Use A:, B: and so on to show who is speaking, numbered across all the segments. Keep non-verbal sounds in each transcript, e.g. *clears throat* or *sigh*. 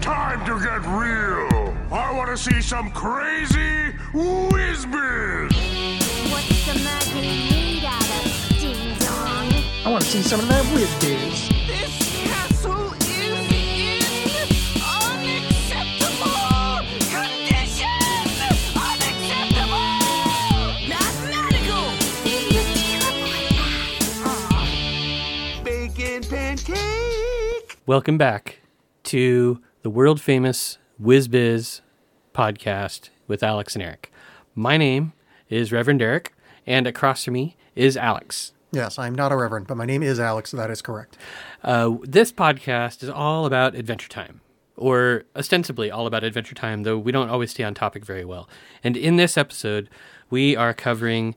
A: time to get real. I want to see some crazy whiz
B: What's the mug we made out of, ding dong?
C: I want to see some of that whiz biz.
D: This castle is in unacceptable condition! Unacceptable! Mathematical! Uh-huh.
B: Did you see the podcast? Aw,
D: Bacon pancake!
E: Welcome back to the world famous WizBiz podcast with Alex and Eric. My name is Reverend Eric, and across from me is Alex.
C: Yes, I'm not a reverend, but my name is Alex. That is correct.
E: Uh, this podcast is all about Adventure Time, or ostensibly all about Adventure Time, though we don't always stay on topic very well. And in this episode, we are covering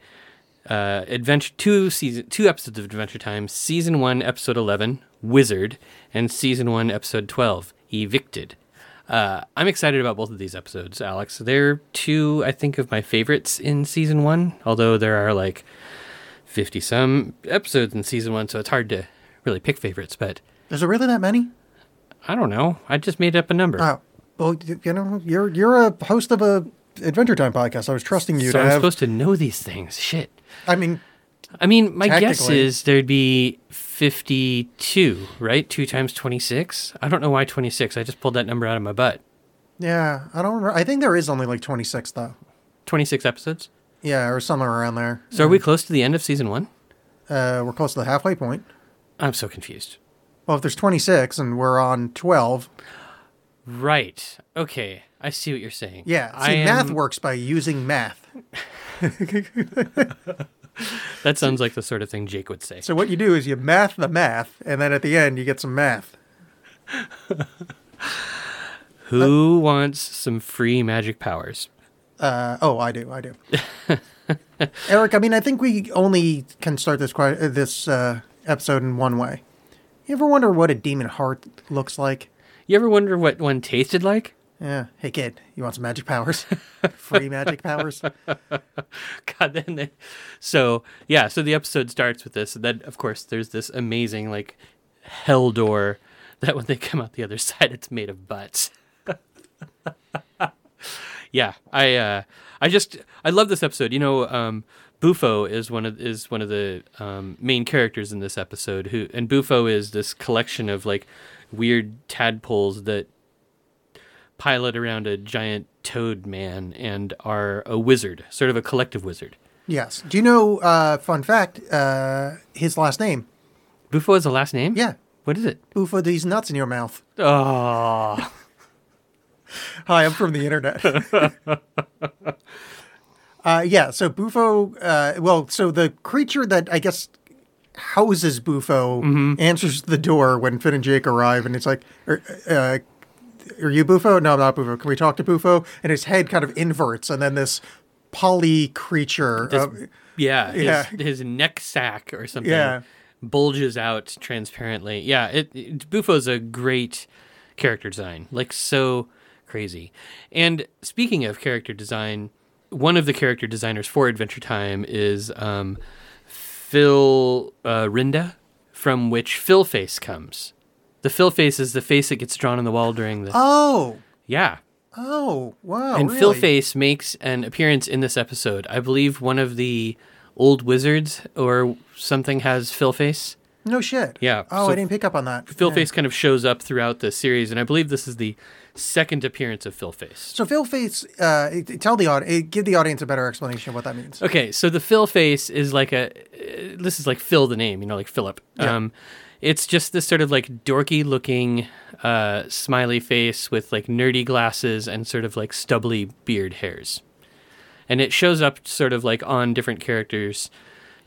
E: uh, adventure two season two episodes of Adventure Time, season one, episode eleven, Wizard, and season one, episode twelve, Evicted. Uh, I'm excited about both of these episodes, Alex. They're two, I think, of my favorites in season one. Although there are like 50 some episodes in season one, so it's hard to really pick favorites, but
C: Is there really that many?
E: I don't know. I just made up a number.
C: Oh, well, you, you know, you're you're a host of a Adventure Time podcast. I was trusting you to
E: so I'm
C: have.
E: supposed to know these things. Shit.
C: I mean,
E: I mean, my guess
C: Technically.
E: is there'd be 52, right? 2 times 26. I don't know why 26. I just pulled that number out of my butt.
C: yeah, I don't. Remember. I think there is only like 26 though.
E: 26 episodes.
C: Yeah, or somewhere around there.
E: So are we close to the end of season one?
C: Uh, we're close to the halfway point.
E: I'm so confused.
C: Well, if there's 26 and we're on 12,
E: Right. Okay. I see what you're saying.
C: yeah.
E: I
C: See, math
E: am-
C: works by using math.
E: That sounds like the sort of thing Jake would say.
C: So what you do is you math the math, and then at the end you get some math.
E: Who wants some free magic powers?
C: Uh, oh, I do, I do. Eric, I mean, I think we only can start this que- uh, this uh, episode in one way. You ever wonder what a demon heart looks like?
E: You ever wonder what one tasted like?
C: Yeah. Hey, kid, you want some magic powers? Free magic powers?
E: *laughs* God, then they, so yeah, so the episode starts with this. And then, of course, there's this amazing like hell door that when they come out the other *laughs* side, it's made of butts. *laughs* yeah, I uh, I just I love this episode. You know, um, Bufo is one of is one of the um, main characters in this episode. Who and Bufo is this collection of like weird tadpoles that pilot around a giant toad man and are a wizard, sort of a collective wizard.
C: Yes. Do you know? Uh, fun fact: uh, his last name.
E: Bufo is the last name?
C: Yeah.
E: What is it?
C: Oofa these nuts in your mouth.
E: Oh.
C: *laughs* Hi, I'm from the internet. *laughs* uh, yeah, so Bufo, uh, well, so the creature that I guess houses Bufo
E: Mm-hmm.
C: answers the door when Finn and Jake arrive, and it's like, are, uh, are you Bufo? No, I'm not Bufo. Can we talk to Bufo? And his head kind of inverts, and then this poly creature.
E: This-
C: uh,
E: yeah. His,
C: Yeah.
E: his neck sack or something
C: Yeah.
E: bulges out transparently. Yeah. It, it, Bufo's a great character design. Like, so crazy. And speaking of character design, one of the character designers for Adventure Time is um, Phil uh, Rinda, from which Phil Face comes. The Phil Face is the face that gets drawn on the wall during the.
C: oh,
E: yeah.
C: oh, wow.
E: And
C: really?
E: Phil Face makes an appearance in this episode. I believe one of the old wizards or something has Phil Face.
C: No shit.
E: Yeah,
C: Oh,
E: so
C: I didn't pick up on that.
E: Phil
C: Yeah.
E: Face kind of shows up throughout the series, and I believe this is the second appearance of Phil Face.
C: So Phil Face, uh, it- tell the audience, give the audience a better explanation of what that means.
E: Okay, so the Phil Face is like a. uh, This is like Phil the name, you know, like Philip.
C: Yeah.
E: Um, it's just this sort of like dorky looking uh, smiley face with like nerdy glasses and sort of like stubbly beard hairs. and it shows up sort of like on different characters,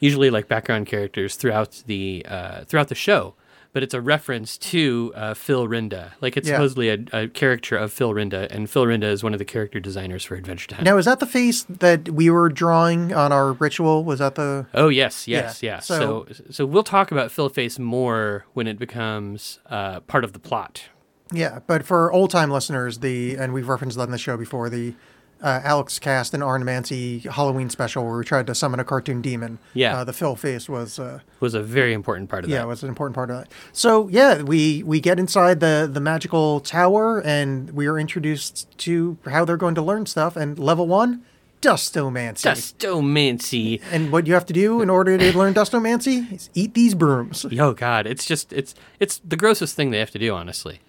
E: usually like background characters throughout the uh, throughout the show. But it's a reference to uh, Phil Rinda, like it's
C: Yeah.
E: supposedly a, a character of Phil Rinda, and Phil Rinda is one of the character designers for Adventure Time.
C: Now, is that the face that we were drawing on our ritual? Was that the
E: Oh yes, yes,
C: Yeah,
E: yeah. So, so we'll talk about Phil Face more when it becomes uh, part of the plot.
C: yeah? But for old time listeners, the and we've referenced that in the show before. The uh, Alex Cast and Arn Mancy Halloween special where we tried to summon a cartoon demon.
E: Yeah.
C: Uh, the Phil face was. Uh,
E: was a very important part of
C: yeah,
E: that.
C: it was an important part of that. So yeah, we we get inside the the magical tower and we are introduced to how they're going to learn stuff. And level one, dustomancy.
E: Dustomancy.
C: And what you have to do in order to learn dustomancy is eat these brooms.
E: Oh God, it's just it's it's the grossest thing they have to do, honestly.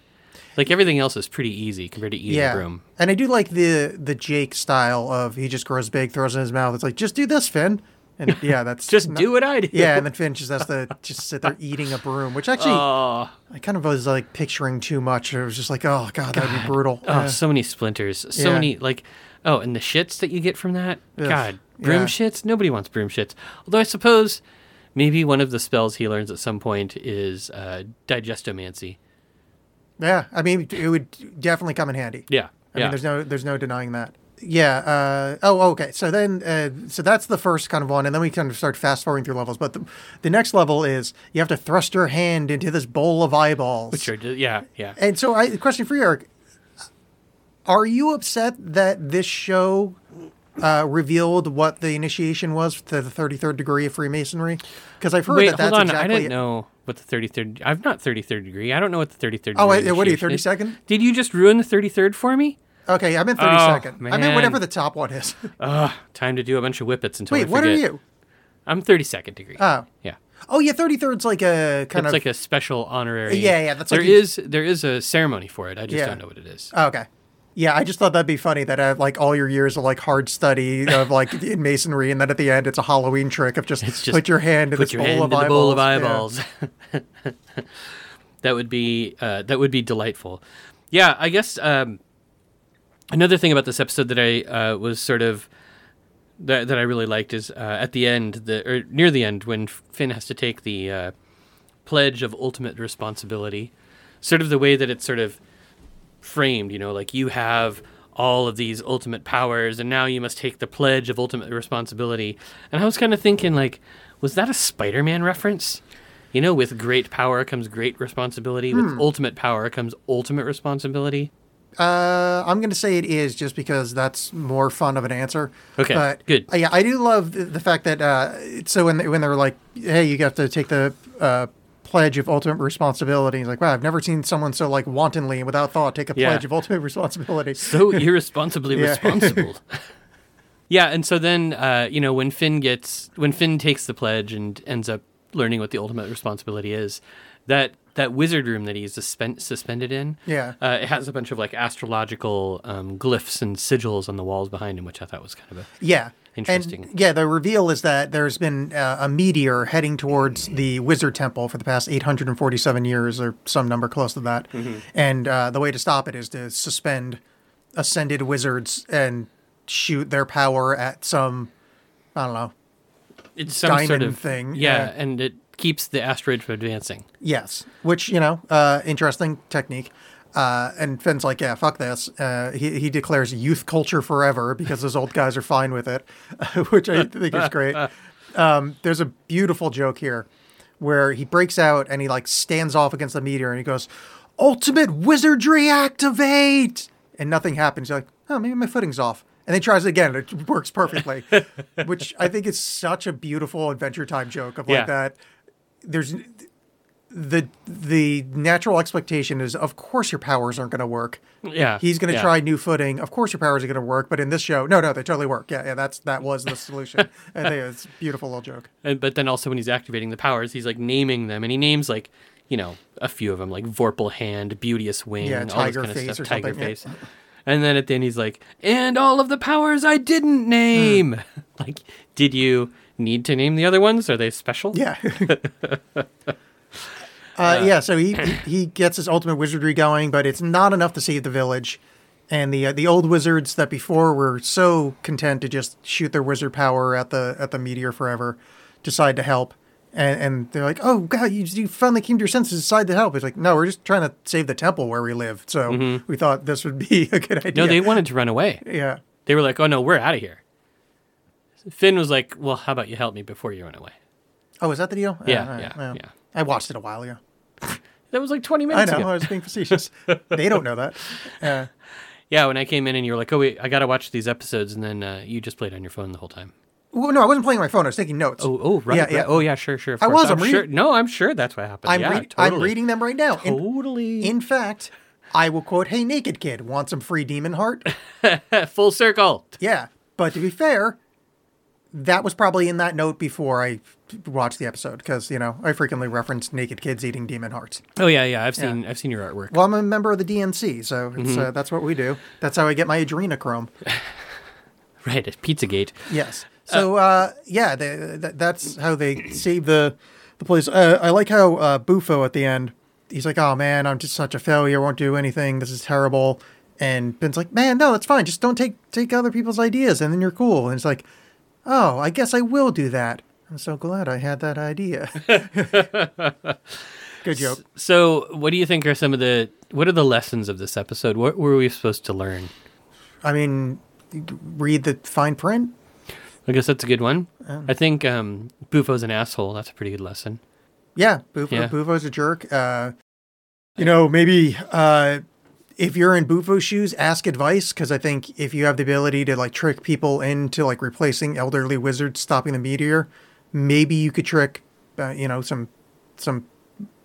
E: Like everything else is pretty easy compared to eating
C: Yeah,
E: a broom.
C: and I do like the the Jake style of he just grows big, throws it in his mouth. It's like just do this, Finn.
E: *laughs*
C: And yeah, that's
E: Just do what I do.
C: Yeah, and then Finn just has to just sit there eating a broom, which actually I kind of was like picturing too much. It was just like, oh god, that'd be brutal.
E: *laughs* Oh,
C: Uh,
E: so many splinters. So
C: Yeah.
E: many like oh, and the shits that you get from that. God. Broom
C: Yeah.
E: shits? Nobody wants broom shits. Although I suppose maybe one of the spells he learns at some point is uh digestomancy.
C: yeah, I mean, it would definitely come in handy.
E: Yeah.
C: I
E: yeah.
C: mean, there's no there's no denying that. Yeah. Uh, oh, okay. So then, uh, so that's the first kind of one, and then we kind of start fast forwarding through levels. But the, the next level is you have to thrust your hand into this bowl of eyeballs.
E: Which are ju- yeah, yeah.
C: And so, I the question for you, Eric: Are you upset that this show uh, revealed what the initiation was to the thirty third degree of Freemasonry? Because I've heard
E: Wait,
C: that that's
E: hold on.
C: exactly.
E: I didn't know what the 33rd. I'm not 33rd degree. I don't know what the 33rd.
C: Oh, wait,
E: degree
C: what are you,
E: initiation is.
C: 32nd?
E: Did you just ruin the 33rd for me?
C: Okay, I'm in thirty
E: Oh,
C: second. I mean,
E: man.
C: whatever the top one is. *laughs*
E: Time to do a bunch of whippets until I
C: Wait, what are
E: forget.
C: you?
E: I'm 32nd degree.
C: Oh.
E: yeah.
C: Oh, yeah, thirty third's like a kind
E: It's
C: of
E: like a special honorary.
C: Yeah, yeah, that's
E: there
C: like you-
E: is- there is a ceremony for it. I just
C: Yeah.
E: don't know what it is.
C: Oh, okay. Yeah, I just thought that'd be funny that I have like all your years of like hard study of
E: *laughs*
C: like in masonry, and then at the end it's a Halloween trick of just,
E: It's just
C: put your hand in
E: put
C: this
E: your
C: bowl,
E: hand
C: of
E: in the
C: eyeballs.
E: bowl of
C: Yeah.
E: eyeballs. *laughs* that would be uh, that would be delightful. Yeah, I guess um, another thing about this episode that I uh, was sort of that, that I really liked is uh, at the end, the or near the end, when Finn has to take the uh, pledge of ultimate responsibility, sort of the way that it's sort of framed, you know, like you have all of these ultimate powers and now you must take the pledge of ultimate responsibility. And I was kind of thinking like was that a Spider-Man reference? You know, with great power comes great responsibility, with ultimate power comes ultimate responsibility.
C: Uh, I'm gonna say it is just because that's more fun of an answer.
E: Okay,
C: but,
E: good.
C: uh, yeah, I do love the, the fact that uh, so when they, when they're like, hey, you have to take the uh, pledge of ultimate responsibility. He's like, wow, I've never seen someone so like wantonly and without thought take a
E: Yeah.
C: pledge of ultimate *laughs* responsibility.
E: so irresponsibly
C: Yeah. *laughs*
E: responsible. yeah, and so then uh, you know when Finn gets when Finn takes the pledge and ends up learning what the ultimate responsibility is, that that wizard room that he's suspend, suspended in,
C: Yeah.
E: uh, it has a bunch of like astrological um, glyphs and sigils on the walls behind him, which I thought was kind of a
C: Yeah.
E: Interesting.
C: And, yeah, the reveal is that there's been uh, a meteor heading towards the Wizard Temple for the past 847 years, or some number close to that. And uh, the way to stop it is to suspend ascended wizards and shoot their power at some, I don't know.
E: it's some sort
C: Diamond
E: of
C: thing,
E: yeah,
C: yeah.
E: and it keeps the asteroid from advancing.
C: Yes, which you know, uh, interesting technique. Uh, and Finn's like, yeah, fuck this. Uh, he he declares youth culture forever because those old guys are fine with it, *laughs* which I think is great. Um, there's a beautiful joke here where he breaks out and he like stands off against the meteor and he goes, "Ultimate wizardry activate!" And nothing happens. You're like, oh, maybe my footing's off. And then he tries it again. and It works perfectly, which I think is such a beautiful Adventure Time joke of like
E: Yeah.
C: that. There's the the natural expectation is of course your powers aren't going to work.
E: Yeah,
C: He's going to
E: yeah.
C: try new footing. Of course your powers are going to work, but in this show, no, no, they totally work. Yeah, yeah, that's that was the
E: *laughs*
C: solution. and they, it's a beautiful little joke.
E: And, but then also when he's activating the powers, he's like naming them, and he names like you know a few of them, like Vorpal Hand, Beauteous Wing,
C: Yeah,
E: all this
C: Tiger
E: kind of
C: Face
E: stuff,
C: or
E: Tiger
C: something, yeah.
E: Face. And then at the end, he's like, "And all of the powers I didn't name."
C: Hmm.
E: *laughs* like, did you need to name the other ones? Are they special? *laughs*
C: Yeah. uh, yeah, so he,
E: *clears throat*
C: he he gets his ultimate wizardry going, but it's not enough to save the village. And the uh, the old wizards that before were so content to just shoot their wizard power at the at the meteor forever, decide to help. And, and they're like, "Oh God, you, you finally came to your senses, decide to help." It's like, no, we're just trying to save the temple where we live. So we thought this would be *laughs* a good idea.
E: Mm-hmm. No, they wanted to run away.
C: yeah.
E: They were like, "Oh no, we're out of here." Finn was like, "Well, how about you help me before you run away?"
C: Oh, is that the deal?
E: Yeah,
C: Uh, all
E: yeah, yeah.
C: I watched it a while ago.
E: That was like twenty
C: I
E: minutes
C: know.
E: ago. *laughs*
C: I was being facetious. they don't know that. Uh,
E: Yeah, when I came in and you were like, "Oh wait, I gotta watch these episodes," and then uh, you just played on your phone the whole time.
C: Well, no, I wasn't playing on my phone. I was taking notes.
E: Oh, oh, right.
C: Yeah,
E: right.
C: yeah.
E: Oh, yeah. Sure, sure. of
C: I
E: course.
C: was,
E: I'm
C: I'm
E: sure.
C: reading-
E: No, I'm sure that's what happened.
C: I'm,
E: yeah,
C: read-
E: totally.
C: I'm reading them right now. In,
E: Totally.
C: in fact, I will quote, "Hey, naked kid, want some free demon
E: *laughs*
C: heart?"
E: full circle.
C: yeah, but to be fair, that was probably in that note before I watched the episode because you know I frequently reference naked kids eating demon hearts.
E: Oh yeah, yeah. I've seen I've seen your artwork.
C: Well, I'm a member of the DNC, so it's,
E: Mm-hmm.
C: uh, that's what we do. That's how I get my adrenochrome.
E: Right, at Pizzagate.
C: Yes. So uh, yeah, they, th- that's how they save the the place. Uh, I like how uh, Bufo at the end, he's like, "Oh man, I'm just such a failure. Won't do anything. This is terrible." And Ben's like, "Man, no, that's fine. Just don't take take other people's ideas, and then you're cool." And it's like, "Oh, I guess I will do that. I'm so glad I had that idea." Good joke.
E: So, what do you think are some of the what are the lessons of this episode? What were we supposed to learn?
C: I mean, read the fine print.
E: I guess that's a good one. I think um, Bufo's an asshole. That's a pretty good lesson.
C: Yeah, Bufo,
E: Yeah.
C: Bufo's a jerk. Uh, you know, maybe uh, if you're in Bufo's shoes, ask advice because I think if you have the ability to like trick people into like replacing elderly wizards, stopping the meteor, maybe you could trick, uh, you know, some some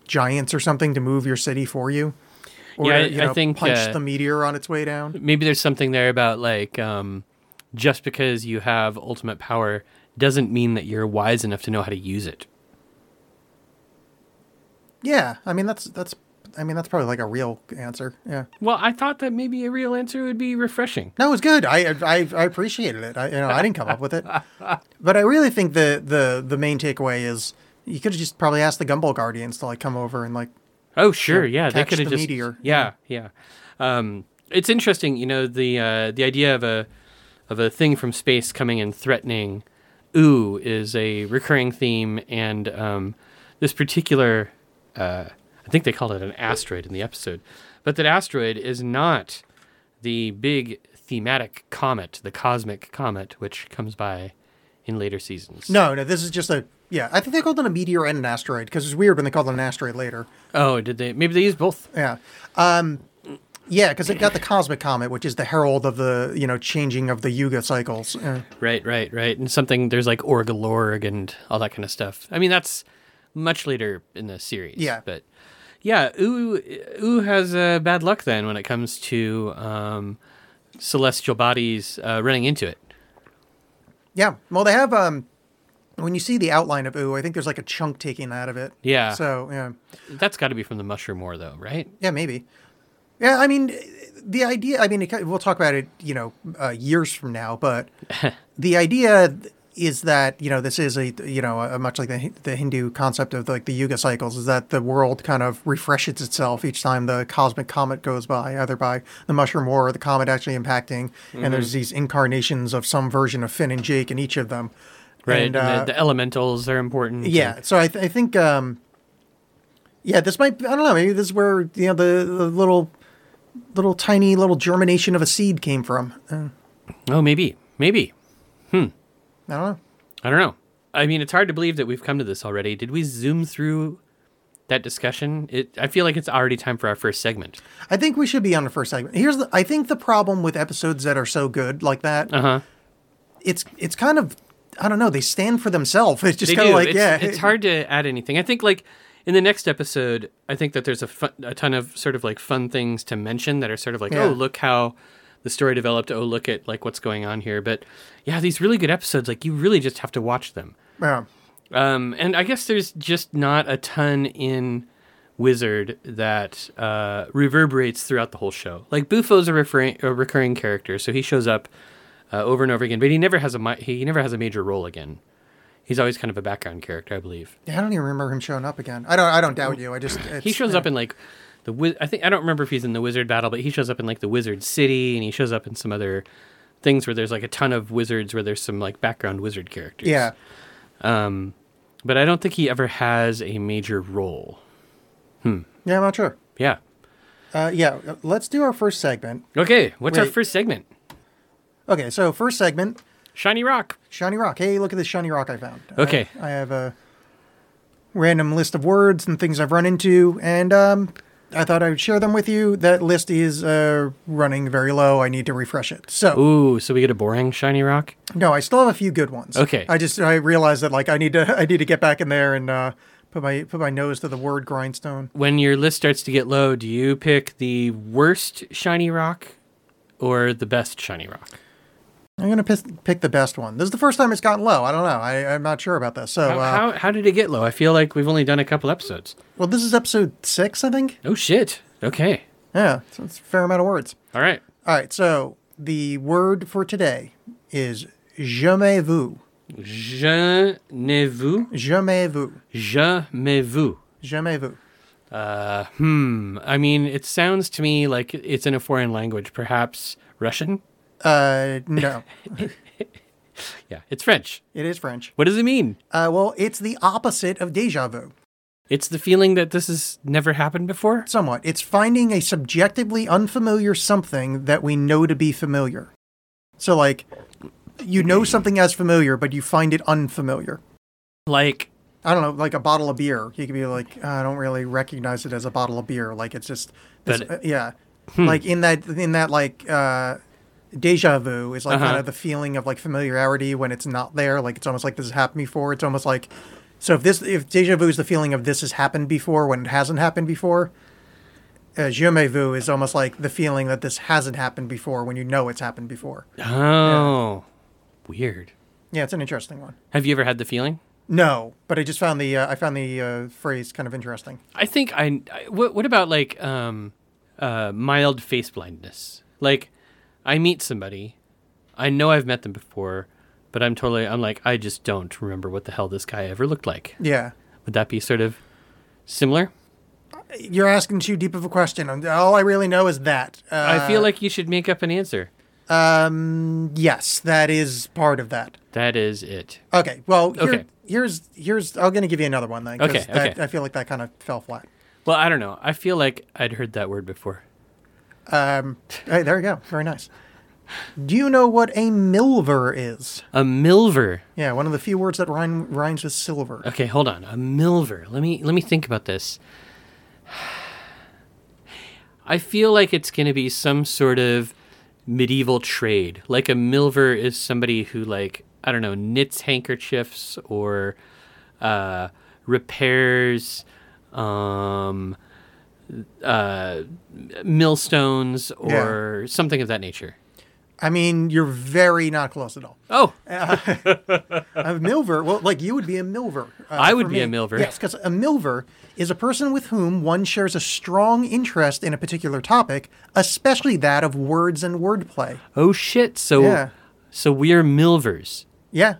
C: giants or something to move your city for you. Or,
E: Yeah, I-
C: you
E: I
C: know,
E: think,
C: punch
E: uh,
C: the meteor on its way down.
E: Maybe there's something there about like um, just because you have ultimate power doesn't mean that you're wise enough to know how to use it.
C: Yeah, I mean that's that's I mean that's probably like a real answer. Yeah.
E: Well, I thought that maybe a real answer would be refreshing.
C: No, it was good. I I, I appreciated it. I, you know, I didn't come up with it, but I really think the the the main takeaway is you could have just probably asked the Gumball Guardians to like come over and like
E: Oh sure, yeah, they
C: catch
E: could have
C: the
E: just
C: meteor.
E: yeah, yeah. Um, it's interesting, you know, the uh, the idea of a of a thing from space coming and threatening ooh is a recurring theme, and um, this particular uh, I think they called it an asteroid in the episode, but that asteroid is not the big thematic comet, the cosmic comet, which comes by in later seasons.
C: no, no. This is just a yeah. I think they called it a meteor and an asteroid because it's weird when they called it an asteroid later.
E: Oh, did they? Maybe they used both.
C: Yeah, um, yeah, because it got the cosmic comet, which is the herald of the you know changing of the Yuga cycles. Uh, Yeah.
E: Right, right, right. And something there's like Orgalorg and all that kind of stuff. I mean, that's much later in the series.
C: Yeah.
E: But yeah, Ooh Ooh has uh, bad luck then when it comes to um, celestial bodies uh, running into it.
C: Yeah. Well, they have um, when you see the outline of Ooh, I think there's like a chunk taken out of it.
E: Yeah.
C: So yeah.
E: That's got to be from the Mushroom War, though, right?
C: Yeah, maybe. Yeah, I mean, the idea. I mean, it, ki- we'll talk about it, you know, uh, years from now.
E: *laughs*
C: But the idea is that you know this is a you know a, much like the Hi- the Hindu concept of like the Yuga cycles is that the world kind of refreshes itself each time the cosmic comet goes by, either by the mushroom war or the comet actually impacting. And
E: Mm-hmm.
C: there's these incarnations of some version of Finn and Jake in each of them.
E: Right.
C: And,
E: And
C: uh,
E: the, the elementals are important.
C: yeah, so I, th- I think, um, yeah, this might. I don't know. Maybe this is where you know the, the little, little tiny little germination of a seed came from. Uh,
E: And- oh, maybe. Maybe. Hmm.
C: I don't know.
E: I don't know. I mean, it's hard to believe that we've come to this already. Did we zoom through that discussion? It. I feel like it's already time for our first segment.
C: I think we should be on the first segment. Here's the. I think the problem with episodes that are so good like that.
E: Uh huh.
C: It's it's kind of. I don't know. They stand for themselves. *laughs* It's just
E: They
C: kind of
E: do.
C: like
E: it's,
C: yeah.
E: it's hard to add anything. I think like in the next episode, I think that there's a fun, a ton of sort of like fun things to mention that are sort of like,
C: Yeah.
E: oh, look how the story developed. Oh, look at like what's going on here. But yeah, these really good episodes, like you really just have to watch them.
C: Yeah.
E: Um, and I guess there's just not a ton in Wizard that uh, reverberates throughout the whole show. Like Bufo's a, referring, a recurring character, so he shows up uh, over and over again, but he never has a mi- he never has a major role again. He's always kind of a background character, I believe.
C: I don't even remember him showing up again. I don't. I don't doubt you. I just it's,
E: He shows up in like the Wiz- I think I don't remember if he's in the Wizard Battle, but he shows up in like the Wizard City, and he shows up in some other things where there's like a ton of wizards where there's some like background wizard characters.
C: Yeah.
E: but I don't think he ever has a major role.
C: Yeah. I'm not sure.
E: Yeah.
C: Uh, yeah. Let's do our first segment.
E: Okay, what's our
C: Wait.
E: first segment?
C: Okay. So first segment.
E: Shiny Rock.
C: Shiny rock. Hey, look at this shiny rock I found.
E: Okay.
C: I, I have a random list of words and things I've run into, and um, I thought I would share them with you. That list is uh, running very low. I need to refresh it. So
E: Ooh, so we get a boring shiny rock.
C: no, I still have a few good ones.
E: Okay.
C: I just I realized that like I need to *laughs* I need to get back in there and uh, put my put my nose to the word grindstone.
E: When your list starts to get low, do you pick the worst shiny rock or the best shiny rock?
C: I'm gonna piss, pick the best one. This is the first time it's gotten low. I don't know. I, I'm not sure about this. So
E: How,
C: uh,
E: how, how did it get low? I feel like we've only done a couple episodes.
C: well, this is episode six, I think.
E: Oh shit. Okay.
C: Yeah, so it's a fair amount of words.
E: All right.
C: All right, so the word for today is jamais vu.
E: Je ne vous,
C: Jamais vu.
E: je me vous.
C: Jamais vu.
E: Hmm. I mean, it sounds to me like it's in a foreign language, perhaps Russian.
C: Uh, no,
E: Yeah, it's French.
C: it is French.
E: What does it mean?
C: Uh, well, it's the opposite of deja vu,
E: It's the feeling that this has never happened before.
C: somewhat. It's finding a subjectively unfamiliar something that we know to be familiar. So, like, you know something as familiar, but you find it unfamiliar.
E: Like,
C: I don't know, like a bottle of beer. You could be like, "Ah, I don't really recognize it as a bottle of beer. Like it's just, this,
E: But- Hmm.
C: uh, yeah, like in that in that like uh, deja vu is like
E: Uh-huh.
C: kind of the feeling of like familiarity when it's not there. Like it's almost like this has happened before. It's almost like so if this if deja vu is the feeling of this has happened before when it hasn't happened before. Uh, jamais vu is almost like the feeling that this hasn't happened before when you know it's happened before.
E: oh, weird.
C: Yeah, it's an interesting one.
E: Have you ever had the feeling?
C: No, but I just found the uh, I found the uh, phrase kind of interesting.
E: I think I. I- what, what about like um, uh, mild face blindness? Like, I meet somebody, I know I've met them before, but I'm totally. I'm like, I just don't remember what the hell this guy ever looked like.
C: Yeah.
E: Would that be sort of similar?
C: You're asking too deep of a question. Um, All I really know is that. Uh,
E: I feel like you should make up an answer.
C: yes, that is part of that.
E: That is it.
C: Okay. Well, here,
E: Okay.
C: here's here's. I'm gonna give you another one then. 'cause
E: Okay,
C: That,
E: okay.
C: I feel like that kind of fell flat.
E: Well, I don't know. I feel like I'd heard that word before.
C: Um. hey, there you go. Very nice. Do you know what a milver is?
E: A milver.
C: Yeah, one of the few words that rhyme, rhymes with silver.
E: Okay, hold on. A milver. Let me let me think about this. *sighs* I feel like it's going to be some sort of medieval trade. Like a milver is somebody who like I don't know knits handkerchiefs or uh, repairs um, uh, millstones or something of that nature.
C: I mean, you're very not close at all.
E: Oh,
C: A milver, well, like you would be a milver. uh,
E: I would
C: for
E: be a
C: me.
E: milver.
C: Yes, because a milver is a person with whom one shares a strong interest in a particular topic, especially that of words and wordplay.
E: oh shit. So
C: Yeah.
E: so we're milvers.
C: Yeah,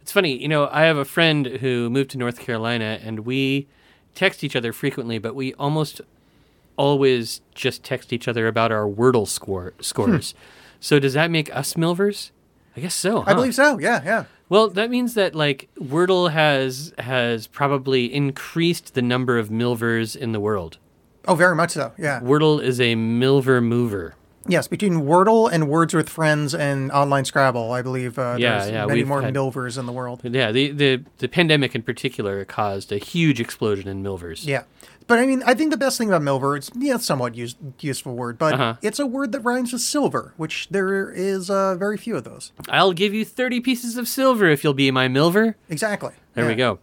E: It's funny, you know, I have a friend who moved to North Carolina and we text each other frequently, but we almost always just text each other about our Wordle score, scores. So does that make us Milvers? I guess so.
C: Hmm. I believe so. Yeah, yeah.
E: Well, that means that like Wordle has has probably increased the number of Milvers in the world.
C: Oh, very much so. Yeah.
E: Wordle is a Milver mover.
C: Yes, between Wordle and Words with Friends and online Scrabble, I believe uh,
E: Yeah,
C: there's
E: yeah,
C: many
E: we've
C: more
E: had-
C: milvers in the world.
E: Yeah, the, the the pandemic in particular caused a huge explosion in Milvers.
C: Yeah. But I mean, I think the best thing about milver, it's yeah, it's somewhat use, useful word, but
E: Uh-huh.
C: it's a word that rhymes with silver, which there is uh, very few of those.
E: I'll give you 30 pieces of silver if you'll be my Milver.
C: Exactly.
E: There we
C: Yeah.
E: go.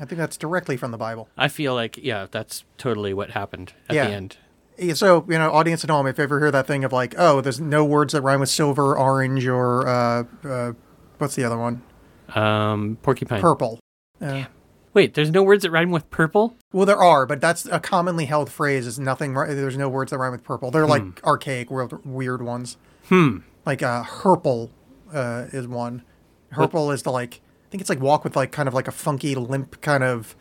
C: I think that's directly from the Bible.
E: I feel like, yeah, that's totally what happened at
C: Yeah.
E: the end.
C: Yeah, So, you know, audience at home, if you ever hear that thing of like, oh, there's no words that rhyme with silver, orange, or uh, uh, what's the other one?
E: Um, porcupine.
C: Purple.
E: Wait, there's no words that rhyme with purple?
C: Well, there are, but that's a commonly held phrase is nothing, ri- there's no words that rhyme with purple. They're
E: Hmm.
C: like archaic, weird, weird ones. Hmm. Like uh, herple uh, is one. Herple is the like, I think it's like walk with like kind of like a funky, limp kind of,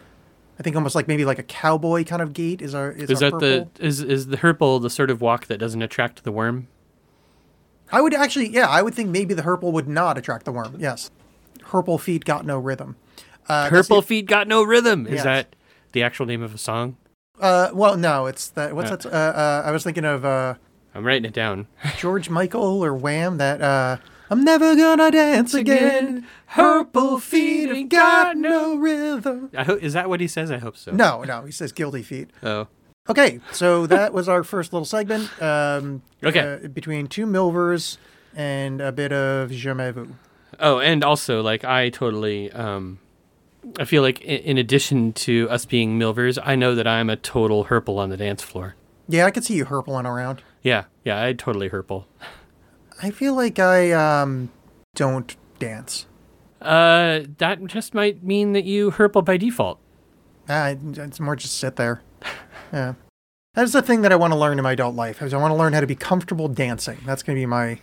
C: I think almost like maybe like a cowboy kind of gait is a is,
E: Is
C: a
E: that
C: herple.
E: the is is the herple the sort of walk that doesn't attract the worm?
C: I would actually, yeah, I would think maybe the herple would not attract the worm. Yes, herple feet got no rhythm. Uh, that's
E: Purple
C: the-
E: feet got no rhythm. Is
C: Yes.
E: that the actual name of a song?
C: Uh, well, no, it's that. What's that? Uh, uh, I was thinking of uh,
E: I'm writing it down.
C: George Michael or Wham. That uh, I'm never gonna dance *laughs* again. Herple feet have got no rhythm.
E: I ho- is that what he says? I hope so.
C: No, no, he says guilty feet.
E: Oh.
C: Okay, so that was our first little segment. Um,
E: Okay.
C: uh, between two Milvers and a bit of Jamais Vu.
E: Oh, and also like I totally um I feel like i- in addition to us being Milvers, I know that I'm a total herple on the dance floor.
C: Yeah, I could see you herpling around.
E: Yeah, yeah, I totally herple.
C: I feel like I um, don't dance.
E: Uh that just might mean that you herple by default.
C: Uh, it's more just sit there. Yeah. That's the thing that I want to learn in my adult life. Is I want to learn how to be comfortable dancing. That's going to be my.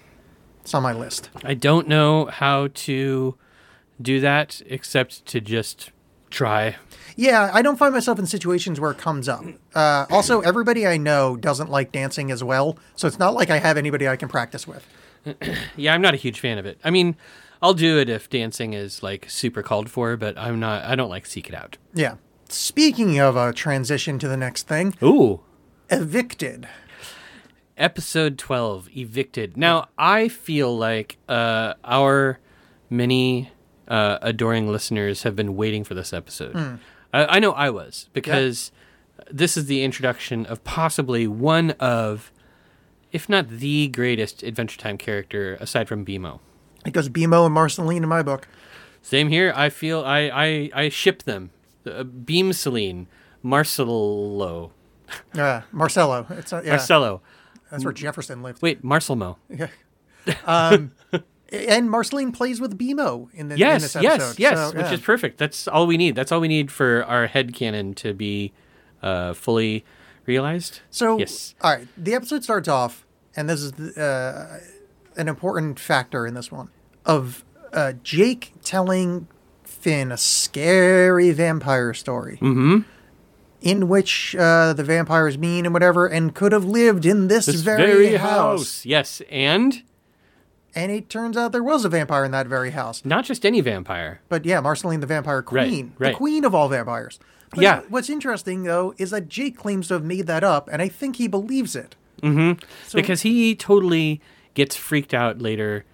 C: It's on my list.
E: I don't know how to do that except to just try.
C: Yeah, I don't find myself in situations where it comes up. Uh, also, everybody I know doesn't like dancing as well, so it's not like I have anybody I can practice with.
E: Yeah, I'm not a huge fan of it. I mean, I'll do it if dancing is like super called for, but I'm not I don't like seek it out.
C: Yeah. Speaking of a transition to the next thing,
E: Ooh.
C: evicted.
E: episode 12 evicted now i feel like uh, our many uh, adoring listeners have been waiting for this episode I, I know i was because this is the introduction of possibly one of if not the greatest adventure time character aside from bimo
C: It goes BMO and Marceline in my book.
E: same here i feel i i, I ship them uh, beam celine marcelo
C: Yeah, Marcello. It's uh, yeah,
E: marcelo
C: that's where Jefferson lived.
E: wait marcelmo
C: Um, *laughs* And Marceline plays with BMO in, the, in
E: Yes,
C: this episode.
E: yes, yes,
C: so,
E: which
C: yeah.
E: is perfect. That's all we need. That's all we need for our head canon to be uh, fully realized.
C: So,
E: yes,
C: all right, the episode starts off, and this is uh, an important factor in this one of uh, Jake telling Finn a scary vampire story. Mm-hmm. In which uh, the vampire is mean and whatever, and could have lived in this, very, house.
E: Yes, and
C: And it turns out there was a vampire in that very house.
E: not just any vampire.
C: But yeah, Marceline the Vampire
E: Right,
C: Queen,
E: right.
C: the queen of all vampires. But
E: Yeah.
C: What's interesting though is that Jake claims to have made that up, and I think he believes it.
E: because he totally gets freaked out later.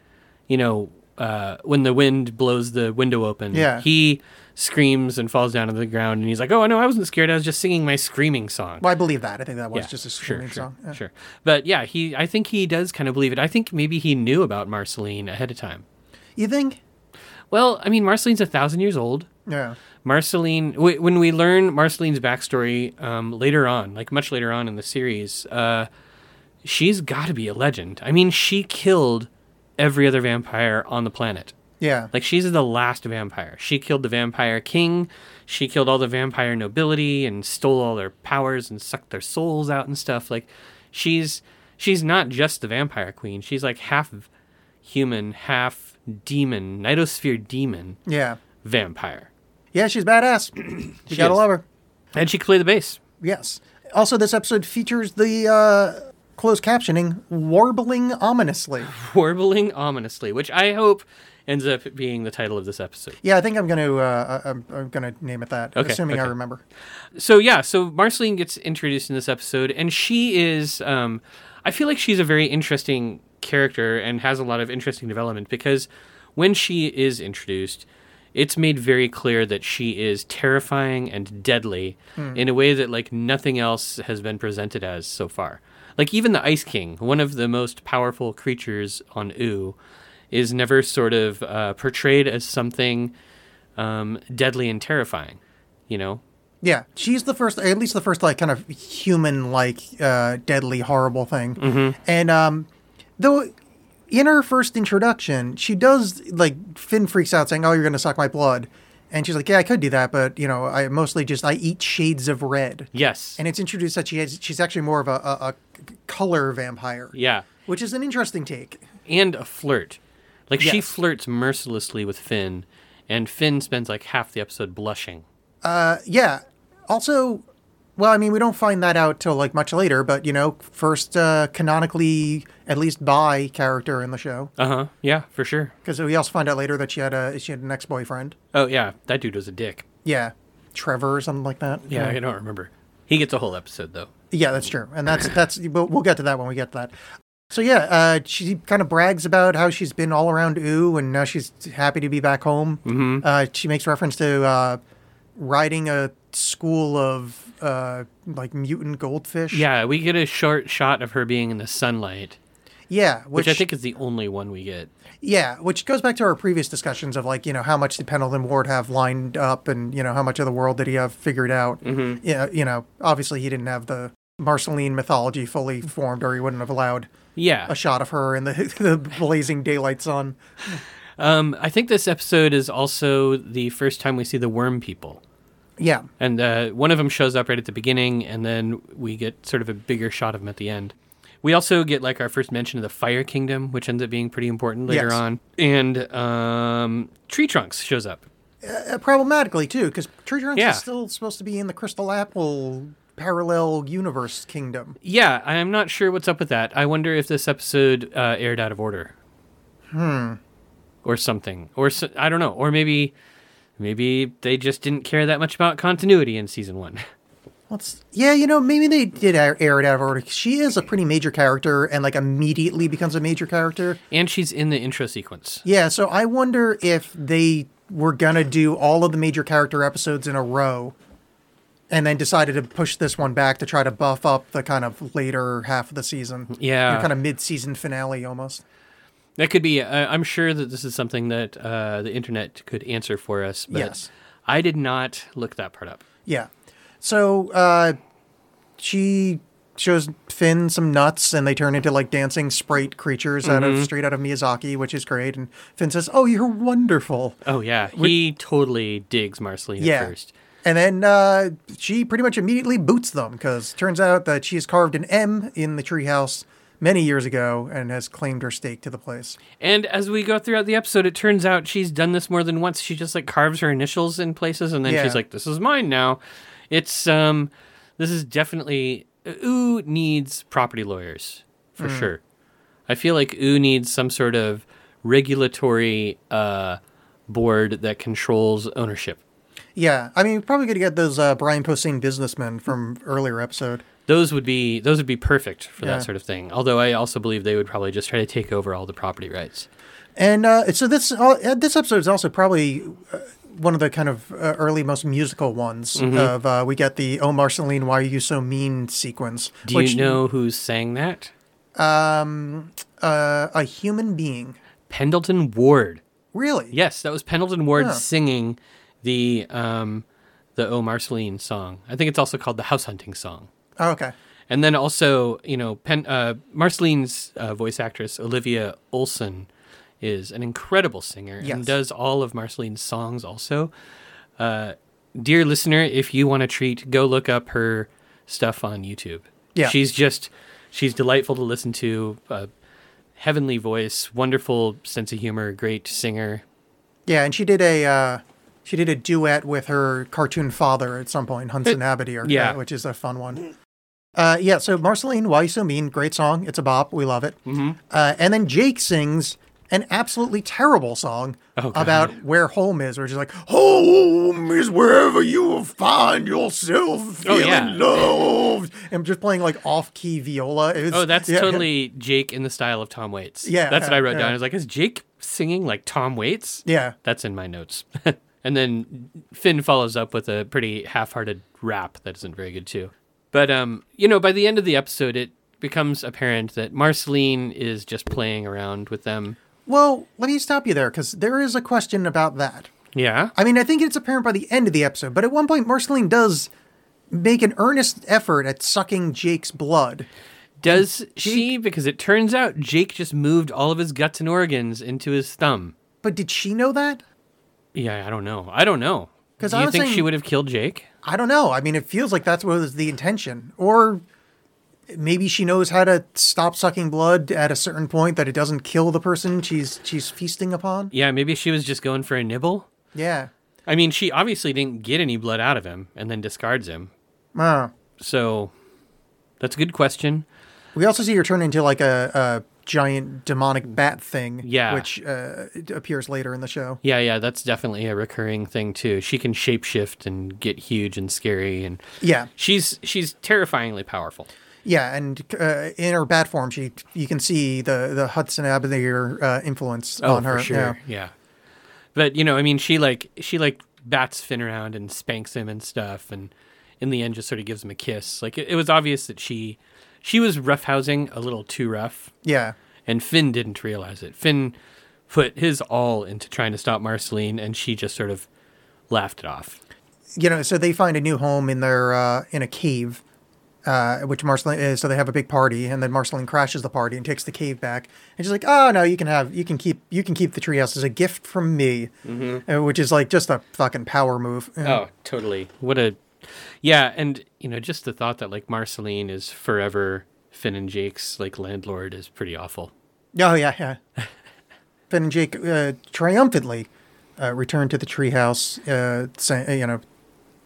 E: You know, uh, when the wind blows the window open,
C: Yeah.
E: he screams and falls down to the ground, and he's like, "Oh, no, I wasn't scared. I was just singing my screaming song."
C: Well, I believe that. I think that was
E: Yeah,
C: just a
E: sure,
C: screaming
E: sure,
C: song. Yeah.
E: Sure, but yeah, he. I think he does kind of believe it. I think maybe he knew about Marceline ahead of time.
C: You think?
E: Well, I mean, Marceline's a thousand years old.
C: Yeah.
E: Marceline, w- when we learn Marceline's backstory um, later on, like much later on in the series, uh, she's got to be a legend. I mean, she killed every other vampire on the planet.
C: Yeah.
E: Like she's the last vampire. She killed the vampire king. She killed all the vampire nobility and stole all their powers and sucked their souls out and stuff. Like she's she's not just the vampire queen. She's like half human, half demon, nidosphere demon
C: yeah.
E: vampire.
C: Yeah, she's
E: *clears throat*
C: badass. you gotta
E: is.
C: love her.
E: And she could play the bass. *laughs*
C: Yes. Also, this episode features the uh, closed captioning warbling ominously.
E: Warbling ominously, which I hope ends up being the title of this episode.
C: Yeah, I think I'm gonna uh, I- I'm, I'm gonna name it that,
E: Okay,
C: assuming I
E: okay.
C: remember.
E: so yeah, so Marceline gets introduced in this episode, and she is. Um, I feel like she's a very interesting character and has a lot of interesting development because when she is introduced, it's made very clear that she is terrifying and deadly in a way that like nothing else has been presented as so far. Like even the Ice King, one of the most powerful creatures on Ooh, is never sort of uh, portrayed as something um, deadly and terrifying. You know,
C: Yeah, she's the first, at least the first, like kind of human-like, uh, deadly, horrible thing. And um, though, in her first introduction, she does like Finn freaks out, saying, "Oh, you're gonna suck my blood," and she's like, "Yeah, I could do that, but you know, I mostly just I eat shades of red."
E: Yes.
C: And it's introduced that she has, she's actually more of a, a, a color vampire.
E: yeah.
C: Which is an interesting take.
E: And a flirt. Like she
C: Yes.
E: flirts mercilessly with Finn, and Finn spends like half the episode blushing.
C: Yeah. Also, well, I mean, we don't find that out till like much later, but you know, first uh, canonically at least bi character in the show
E: Uh huh. Yeah, for sure.
C: because we also find out later that she had a she had an ex boyfriend.
E: Oh yeah, that dude was a dick.
C: Yeah, Trevor or something like that.
E: Yeah, I don't remember. He gets a whole episode though.
C: Yeah, that's true, and that's that's. But we'll get to that when we get to that. So yeah, uh, she kind of brags about how she's been all around Ooh, and now she's happy to be back home. Mm-hmm. Uh, she makes reference to uh, riding a school of uh, like mutant goldfish.
E: Yeah, we get a short shot of her being in the sunlight,
C: yeah, which,
E: which, I think is the only one we get.
C: yeah, which goes back to our previous discussions of like you know how much did Pendleton Ward have lined up, and you know how much of the world did he have figured out. Mm-hmm. Yeah, you know, obviously he didn't have the Marceline mythology fully formed, or he wouldn't have allowed
E: Yeah.
C: a shot of her in the *laughs* the blazing daylight sun.
E: Um, I think this episode is also the first time we see the worm people.
C: Yeah,
E: And uh, one of them shows up right at the beginning, and then we get sort of a bigger shot of him at the end. We also get like our first mention of the Fire Kingdom, which ends up being pretty important later
C: Yes.
E: on. And um, Tree Trunks shows up.
C: uh, problematically too, because Tree Trunks
E: Yeah.
C: is still supposed to be in the Crystal Apple parallel universe kingdom.
E: Yeah, I'm not sure what's up with that. I wonder if this episode uh, aired out of order. Hmm. Or something. Or so, I don't know. Or maybe maybe they just didn't care that much about continuity in season 1.
C: What's yeah, you know, maybe they did air air it out of order. 'cause She is a pretty major character, and like immediately becomes a major character.
E: *laughs* And she's in the intro sequence.
C: Yeah, so I wonder if they were gonna do all of the major character episodes in a row, and then decided to push this one back to try to buff up the kind of later half of the season.
E: Yeah.
C: kind of mid season finale almost.
E: That could be. Uh, I'm sure that this is something that uh, the internet could answer for us. But
C: Yes.
E: I did not look that part up.
C: Yeah. So uh, she shows Finn some nuts, and they turn into like dancing sprite creatures out of straight out of Miyazaki, which is great. And Finn says, "Oh, you're wonderful."
E: Oh yeah, he totally digs Marceline
C: yeah.
E: at first.
C: And then uh, she pretty much immediately boots them because turns out that she has carved an M in the treehouse many years ago and has claimed her stake to the place.
E: And as we go throughout the episode, it turns out she's done this more than once. She just like carves her initials in places, and then
C: Yeah.
E: she's like, "This is mine now." It's um, this is definitely uh, ooh needs property lawyers for sure. I feel like ooh needs some sort of regulatory uh, board that controls ownership.
C: Yeah, I mean, probably going to get those uh, Brian Posehn businessmen from earlier episode.
E: those would be those would be perfect for
C: Yeah.
E: that sort of thing. Although I also believe they would probably just try to take over all the property rights.
C: And uh, so this all, uh, this episode is also probably uh, one of the kind of uh, early most musical ones.
E: Mm-hmm.
C: Of uh, we get the "Oh Marceline, why are you so mean?" sequence.
E: Do you know who sang that?
C: uh, a human being?
E: Pendleton Ward.
C: Really?
E: Yes, that was Pendleton Ward
C: Huh.
E: singing the um, the O Marceline song. I think it's also called the House Hunting song.
C: Oh, okay.
E: And then also, you know, Pen, uh, Marceline's uh, voice actress Olivia Olson is an incredible singer
C: Yes.
E: and does all of Marceline's songs. Also, uh, dear listener, if you want a treat, go look up her stuff on YouTube.
C: Yeah.
E: she's just she's delightful to listen to. Uh, heavenly voice, wonderful sense of humor, great singer.
C: Yeah, and she did a uh, she did a duet with her cartoon father at some point, Hudson Abity, or
E: yeah.
C: uh, which is a fun one. Uh, yeah, so Marceline, why you so mean? Great song, it's a bop, we love it. Mm-hmm. Uh, and then Jake sings an absolutely terrible song
E: Oh, God.
C: about where home is, which is like home is wherever you find yourself
E: Oh,
C: feeling
E: yeah.
C: loved. And just playing like off key viola. It was- *laughs*
E: Oh, that's
C: yeah, yeah.
E: totally Jake in the style of Tom Waits.
C: Yeah,
E: that's what I
C: yeah,
E: wrote down.
C: yeah.
E: I was like, is Jake singing like Tom Waits?
C: Yeah.
E: That's in my notes. *laughs* and then Finn follows up with a pretty half-hearted rap that isn't very good too. But um, you know, by the end of the episode, it becomes apparent that Marceline is just playing around with them.
C: Well, let me stop you there because there is a question about that.
E: Yeah.
C: I mean, I think it's apparent by the end of the episode, but at one point, Marceline does make an earnest effort at sucking Jake's blood.
E: Does she? Because it turns out Jake just moved all of his guts and organs into his thumb.
C: But did she know that?
E: Yeah, I don't know. I don't know.
C: 'Cause
E: Do
C: I
E: you
C: was
E: think she
C: saying-
E: would have killed Jake?
C: I don't know. I mean, it feels like that's what was the intention. Or maybe she knows how to stop sucking blood at a certain point that it doesn't kill the person she's she's feasting upon.
E: Yeah, maybe she was just going for a nibble.
C: Yeah.
E: I mean, she obviously didn't get any blood out of him and then discards him.
C: Uh,
E: So that's a good question.
C: we also see her turn into like a, a giant demonic bat thing.
E: Yeah.
C: Which uh, it appears later in the show.
E: Yeah, yeah, that's definitely a recurring thing too. She can shapeshift and get huge and scary and
C: Yeah.
E: she's she's terrifyingly powerful.
C: Yeah, and uh, in her bat form, she you can see the the Hudson Avenir uh, influence on her.
E: Oh, for sure.
C: yeah.
E: Yeah. But you know, I mean, she like she like bats Finn around and spanks him and stuff, and in the end just sort of gives him a kiss. Like it, it was obvious that she she was roughhousing a little too rough,
C: Yeah.
E: and Finn didn't realize it. Finn put his all into trying to stop Marceline, and she just sort of laughed it off.
C: you know, so they find a new home in their uh, in a cave, uh, which Marceline. Uh, so they have a big party, and then Marceline crashes the party and takes the cave back. And she's like, "Oh no, you can have, you can keep, you can keep the treehouse as a gift from me," uh, which is like just a fucking power move. Uh,
E: Mm-hmm. Oh, totally. What a yeah, and you know, just the thought that like Marceline is forever Finn and Jake's like landlord is pretty awful.
C: Oh yeah,
E: *laughs*
C: yeah. Finn and Jake uh, triumphantly uh, return to the treehouse, uh, saying, uh, you know,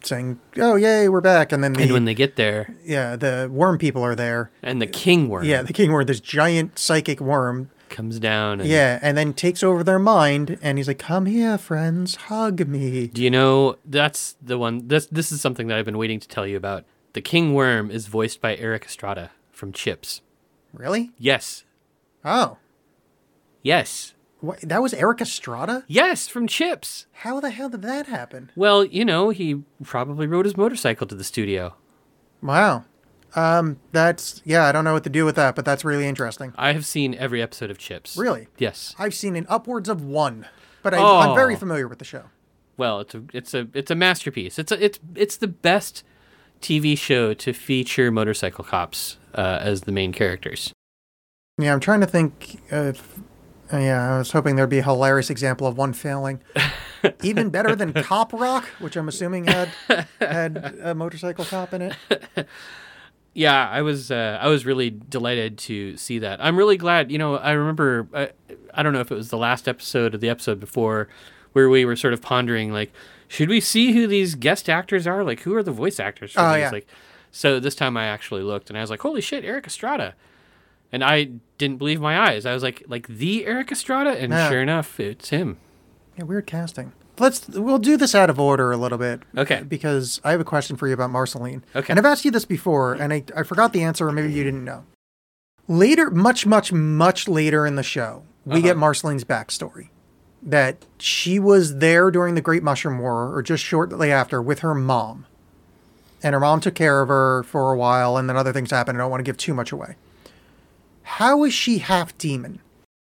C: saying, "Oh yay, we're back!" And then the
E: And when they get there,
C: yeah, the worm people are there.
E: and the king worm
C: Yeah, the king worm, this giant psychic worm
E: comes down, and
C: Yeah, and then takes over their mind, and he's like, "Come here, friends, hug me."
E: do you know that's the one? This this is something that I've been waiting to tell you about. The king worm is voiced by Eric Estrada from Chips.
C: Really?
E: Yes,
C: Oh,
E: yes,
C: what, that was Eric Estrada.
E: yes, from Chips.
C: How the hell did that happen?
E: Well, you know, he probably rode his motorcycle to the studio.
C: Wow. Um, that's yeah. I don't know what to do with that, but that's really interesting.
E: I have seen every episode of Chips.
C: Really?
E: Yes.
C: I've seen an upwards of one, but I, I'm
E: Oh.
C: very familiar with the show.
E: well it's a it's a it's a masterpiece it's a, it's it's the best tv show to feature motorcycle cops uh, as the main characters
C: Yeah, I'm trying to think. Uh, if, uh, yeah, I was hoping there'd be a hilarious example of one failing. Even better than Cop Rock, which I'm assuming had had a motorcycle cop in it.
E: yeah i was uh, i was really delighted to see that i'm really glad you know i remember I, I don't know if it was the last episode or the episode before where we were sort of pondering like should we see who these guest actors are like who are the voice actors for
C: Oh,
E: these
C: yeah.
E: like so this time i actually looked and i was like holy shit eric estrada and i didn't believe my eyes i was like like the eric estrada and
C: Yeah.
E: sure enough it's him
C: Yeah, weird casting. Let's we'll do this out of order a little bit.
E: Okay.
C: Because I have a question for you about Marceline.
E: Okay.
C: And I've asked you this before and I, I forgot the answer or maybe you didn't know. Later much, much, much later in the show, we
E: Uh-huh.
C: get Marceline's backstory. That she was there during the Great Mushroom War or just shortly after with her mom. And her mom took care of her for a while and then other things happened. I don't want to give too much away. How is she half demon?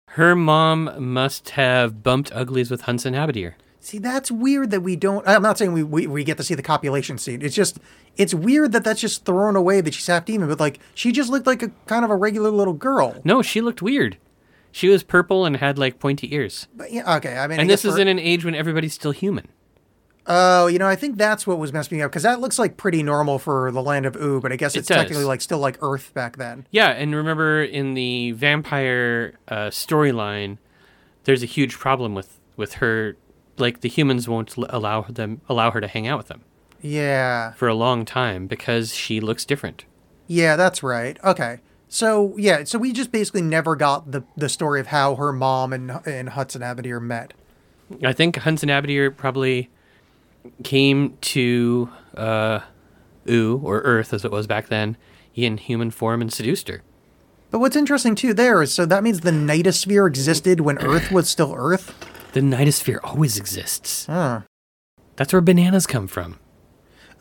E: Her mom must have bumped uglies with Hudson Habadier.
C: See, that's weird that we don't. I'm not saying we, we, we get to see the copulation scene. It's just, it's weird that that's just thrown away that she's half demon, but like, she just looked like a kind of a regular little girl.
E: No, she looked weird. She was purple and had like pointy ears.
C: But yeah, okay. I mean, I
E: And this
C: guess
E: is
C: for-
E: in an age when everybody's still human.
C: Oh, you know, I think that's what was messing me up because that looks like pretty normal for the land of Ooh, but I guess it's
E: does.
C: technically like still like Earth back then.
E: Yeah, and remember in the vampire uh, storyline, there's a huge problem with with her. Like the humans won't l- allow them allow her to hang out with them
C: Yeah.
E: for a long time because she looks different.
C: Yeah, that's right. Okay. So, yeah, so we just basically never got the, the story of how her mom and, and Hudson Abadir met.
E: I think Hudson Abadir probably came to uh, Ooh, or Earth as it was back then, in human form and seduced her.
C: But what's interesting too there is so that means the Nightosphere existed when Earth was still Earth.
E: The Nightosphere always exists.
C: Huh.
E: That's where bananas come from.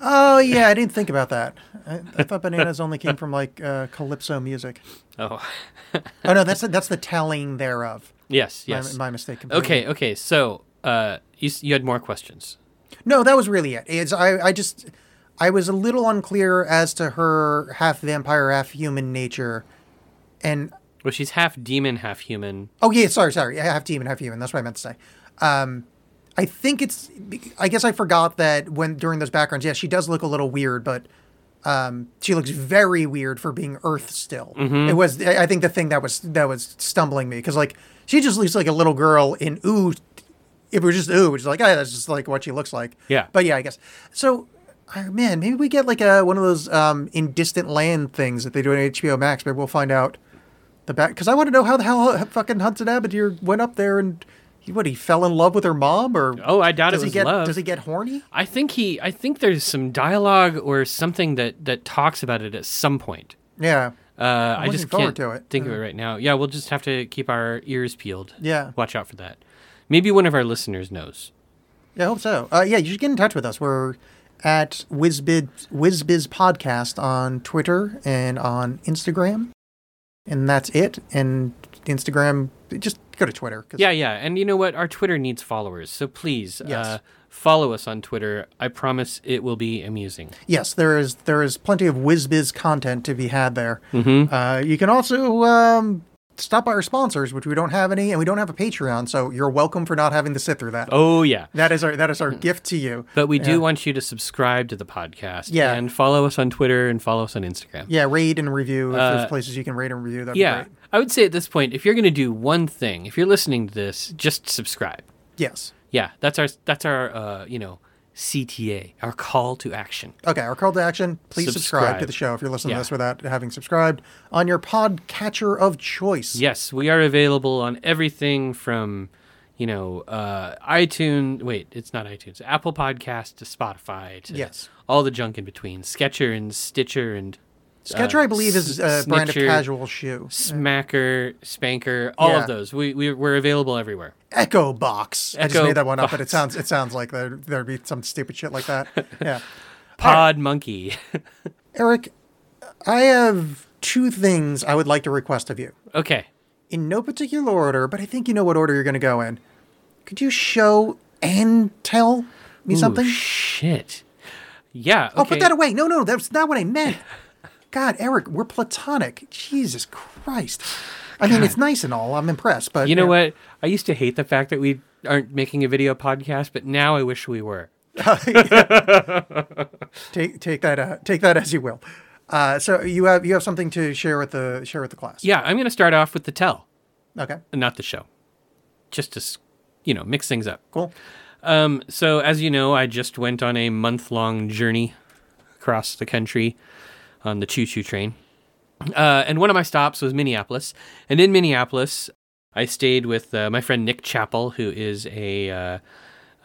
C: Oh yeah, I didn't think about that. I, I
E: *laughs*
C: thought bananas only came from like uh, calypso music.
E: Oh, *laughs*
C: Oh no, that's the, that's the telling thereof.
E: yes,
C: My-
E: yes.
C: My, mistake. Completely.
E: okay, okay. So, uh, you, s- you had more questions.
C: No, that was really it. It's I I just I was a little unclear as to her half vampire, half human nature, and
E: Well, she's half demon, half human.
C: Oh yeah, sorry, sorry. I have demon, half human. That's what I meant to say. Um, I think it's. I guess I forgot that when during those backgrounds. Yeah, she does look a little weird, but um, she looks very weird for being Earth still. It was. I I think the thing that was that was stumbling me because like she just looks like a little girl in ooh. If it was just ooh, which is like, oh, that's just like what she looks like.
E: Yeah.
C: But yeah, I guess so. oh, Man, maybe we get like a one of those um, in distant land things that they do on HBO Max. Maybe we'll find out the back because I want to know how the hell *laughs* fucking Hudson Abadir went up there and he what he fell in love with her mom or
E: Oh, I doubt
C: does
E: it
C: he
E: was
C: get
E: love.
C: does he get horny?
E: I think he. I think there's some dialogue or something that that talks about it at some point.
C: Yeah,
E: Uh, I
C: looking
E: just
C: forward
E: can't
C: to it.
E: think of it right now. Yeah, we'll just have to keep our ears peeled.
C: Yeah.
E: Watch out for that. Maybe one of our listeners knows.
C: Yeah, I hope so. Uh, yeah, you should get in touch with us. We're at WizBiz, WizBiz Podcast on Twitter and on Instagram. And that's it. And Instagram, just go to Twitter. 'cause-
E: Yeah, yeah. And you know what? Our Twitter needs followers. So please
C: Yes.
E: uh, follow us on Twitter. I promise it will be amusing.
C: Yes, there is there is plenty of WizBiz content to be had there. Mm-hmm. Uh, you can also um, stop by our sponsors, which we don't have any, and we don't have a Patreon. So you're welcome for not having to sit through that.
E: Oh, yeah.
C: That is our that is our gift to you.
E: But we do want you to subscribe to the podcast.
C: Yeah.
E: And follow us on Twitter and follow us on Instagram.
C: Yeah, rate and review. If there's places you can rate and review, that'd
E: Uh, Yeah.
C: be great.
E: I would say at this point, if you're going to do one thing, if you're listening to this, just subscribe.
C: Yes.
E: Yeah, that's our that's our uh, you know CTA, our call to action.
C: Okay, our call to action. Please subscribe,
E: Subscribe.
C: to the show if you're listening
E: Yeah.
C: to this without having subscribed on your podcatcher of choice.
E: Yes, we are available on everything from you know uh, iTunes. Wait, it's not iTunes. Apple Podcast to Spotify to
C: Yes.
E: all the junk in between. Sketcher and Stitcher and uh,
C: Sketcher, I believe, is a
E: S-
C: brand of
E: Snitcher.
C: casual shoe.
E: Smacker, Spanker, all
C: Yeah.
E: of those. We, we we're available everywhere.
C: Echo Box. I just
E: Echo
C: made that one up, but it
E: Box.
C: sounds it sounds like there there'd be some stupid shit like
E: *laughs*
C: that. Yeah.
E: Pod Monkey. *laughs*
C: Eric, I have two things I would like to request of you.
E: okay.
C: In no particular order, but I think you know what order you're gonna go in. Could you show and tell me
E: Ooh,
C: something?
E: shit. Yeah. Okay.
C: Oh, put that away. No, no, that's not what I meant. God, Eric, we're platonic. Jesus Christ. I mean, it's nice and all. I'm impressed, but
E: You know what? I used to hate the fact that we aren't making a video podcast, but now I wish we were.
C: Take take that uh, take that as you will. Uh, so you have you have something to share with the share with the class.
E: Yeah, I'm going to start off with the tell,
C: Okay.
E: not the show, just to, s- you know, mix things up.
C: Cool.
E: Um, so as you know, I just went on a month long journey across the country on the choo choo train. Uh, and one of my stops was Minneapolis. And in Minneapolis, I stayed with uh, my friend Nick Chappell, who is a uh,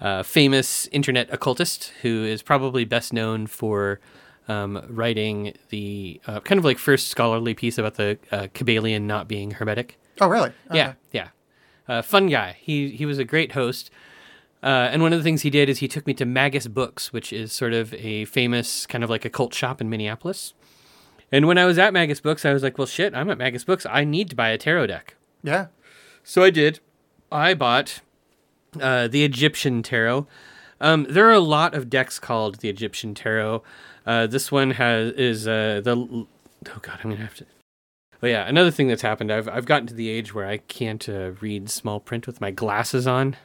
E: uh, famous internet occultist who is probably best known for um, writing the uh, kind of like first scholarly piece about the uh, Kabbalion not being hermetic.
C: Oh, really?
E: Yeah, yeah. Uh, fun guy. He he was a great host. Uh, and one of the things he did is he took me to Magus Books, which is sort of a famous kind of like a cult shop in Minneapolis. And when I was at Magus Books, I was like, well, shit, I'm at Magus Books. I need to buy a tarot deck.
C: Yeah.
E: So I did. I bought uh, the Egyptian tarot. Um, there are a lot of decks called the Egyptian tarot. Uh, this one has is uh, the l- oh god, I'm gonna have to. Oh yeah, another thing that's happened. I've I've gotten to the age where I can't uh, read small print with my glasses on.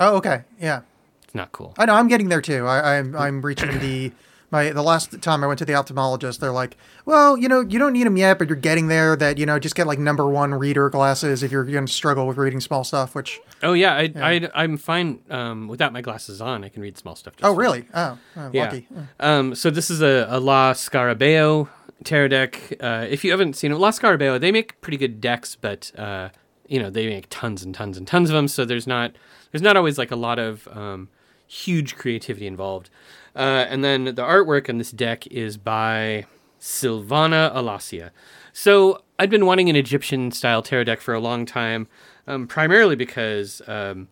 C: Oh, okay. Yeah.
E: It's not cool.
C: I know. I'm getting there too. I, I'm I'm reaching the my the last time I went to the ophthalmologist, they're like, well, you know, you don't need them yet, but you're getting there. That you know, just get like number one reader glasses if you're going to struggle with reading small stuff. Which
E: Oh yeah, I, I am fine um, without my glasses on. I can read small stuff. just
C: oh
E: fine.
C: really? Oh, oh,
E: Yeah.
C: lucky.
E: Um, so this is a, a La Scarabeo tarot deck. Uh, if you haven't seen it, La Scarabeo, they make pretty good decks, but uh, you know they make tons and tons and tons of them. So there's not there's not always like a lot of um, huge creativity involved. Uh, and then the artwork on this deck is by Silvana Alasia. So I'd been wanting an Egyptian style tarot deck for a long time, um, primarily because um,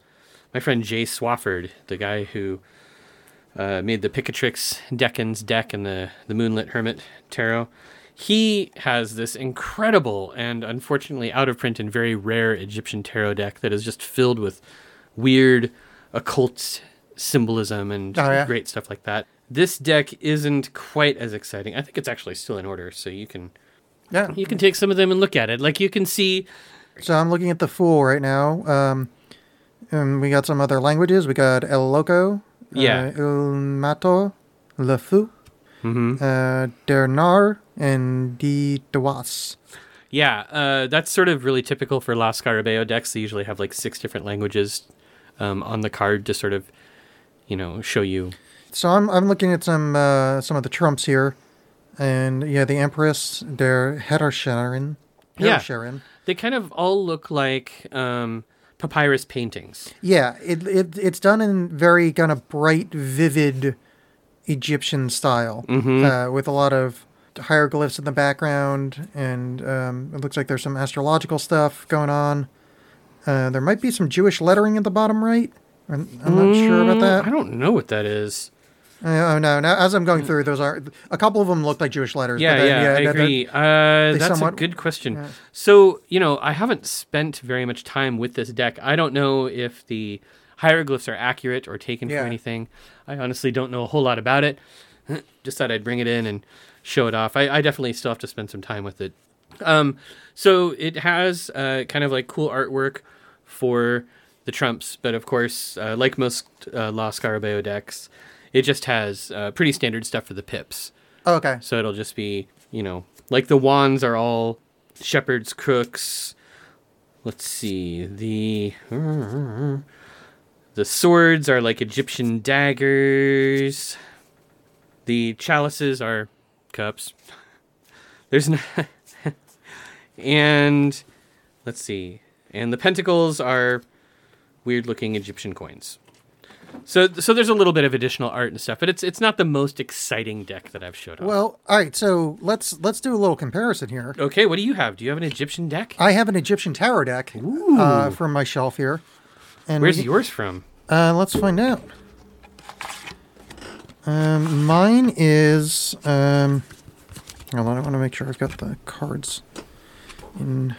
E: my friend Jay Swafford, the guy who uh, made the Picatrix Deccan's deck and the, the Moonlit Hermit tarot. He has this incredible and unfortunately out of print and very rare Egyptian tarot deck that is just filled with weird occult symbolism and
C: Oh, yeah.
E: great stuff like that. This deck isn't quite as exciting. I think it's actually still in order, so you can
C: Yeah.
E: you can take some of them and look at it. Like you can see
C: So I'm looking at the fool right now. Um, and we got some other languages. We got El Loco.
E: Yeah.
C: Uh, El Mato, Le Fou,
E: Mm-hmm.
C: uh, Dernar, and Di Dewas.
E: Yeah, uh, that's sort of really typical for Las Carabeo decks. They usually have like six different languages um, on the card to sort of, you know, show you.
C: So I'm I'm looking at some uh, some of the trumps here, and yeah, the Empress Der Herrsherin.
E: Yeah.
C: Herrsherin.
E: They kind of all look like um, papyrus paintings.
C: Yeah, it, it it's done in very kind of bright, vivid Egyptian style,
E: Mm-hmm.
C: uh, with a lot of hieroglyphs in the background, and um, it looks like there's some astrological stuff going on. Uh, there might be some Jewish lettering at the bottom right. I'm, I'm not sure about
E: Mm, I
C: that.
E: don't know what that is.
C: Oh no, no! As I'm going through, those are a couple of them look like Jewish letters.
E: Yeah,
C: but then,
E: yeah, I
C: no, they're-
E: agree. Uh, that's a
C: somewhat-
E: good question. So, you know, I haven't spent very much time with this deck. I don't know if the hieroglyphs are accurate or taken
C: Yeah.
E: from anything. I honestly don't know a whole lot about it. *clears throat* Just thought I'd bring it in and show it off. I, I definitely still have to spend some time with it. Um, so it has uh, kind of like cool artwork for the Trumps, but of course, uh, like most uh, La Scarabeo decks, it just has uh, pretty standard stuff for the pips.
C: oh, okay.
E: So it'll just be, you know, like the wands are all shepherds, crooks. Let's see. The the swords are like Egyptian daggers. The chalices are cups. There's no *laughs* and let's see. And the pentacles are weird looking Egyptian coins. So so there's a little bit of additional art and stuff, but it's it's not the most exciting deck that I've showed off.
C: Well, all right. So let's let's do a little comparison here.
E: Okay, what do you have? Do you have an Egyptian deck?
C: I have an Egyptian tarot deck uh, from my shelf here. And
E: Where's
C: we-
E: yours from?
C: Uh, let's find out. Um, mine is. Um, hold on, I want to make sure I've got the cards. In,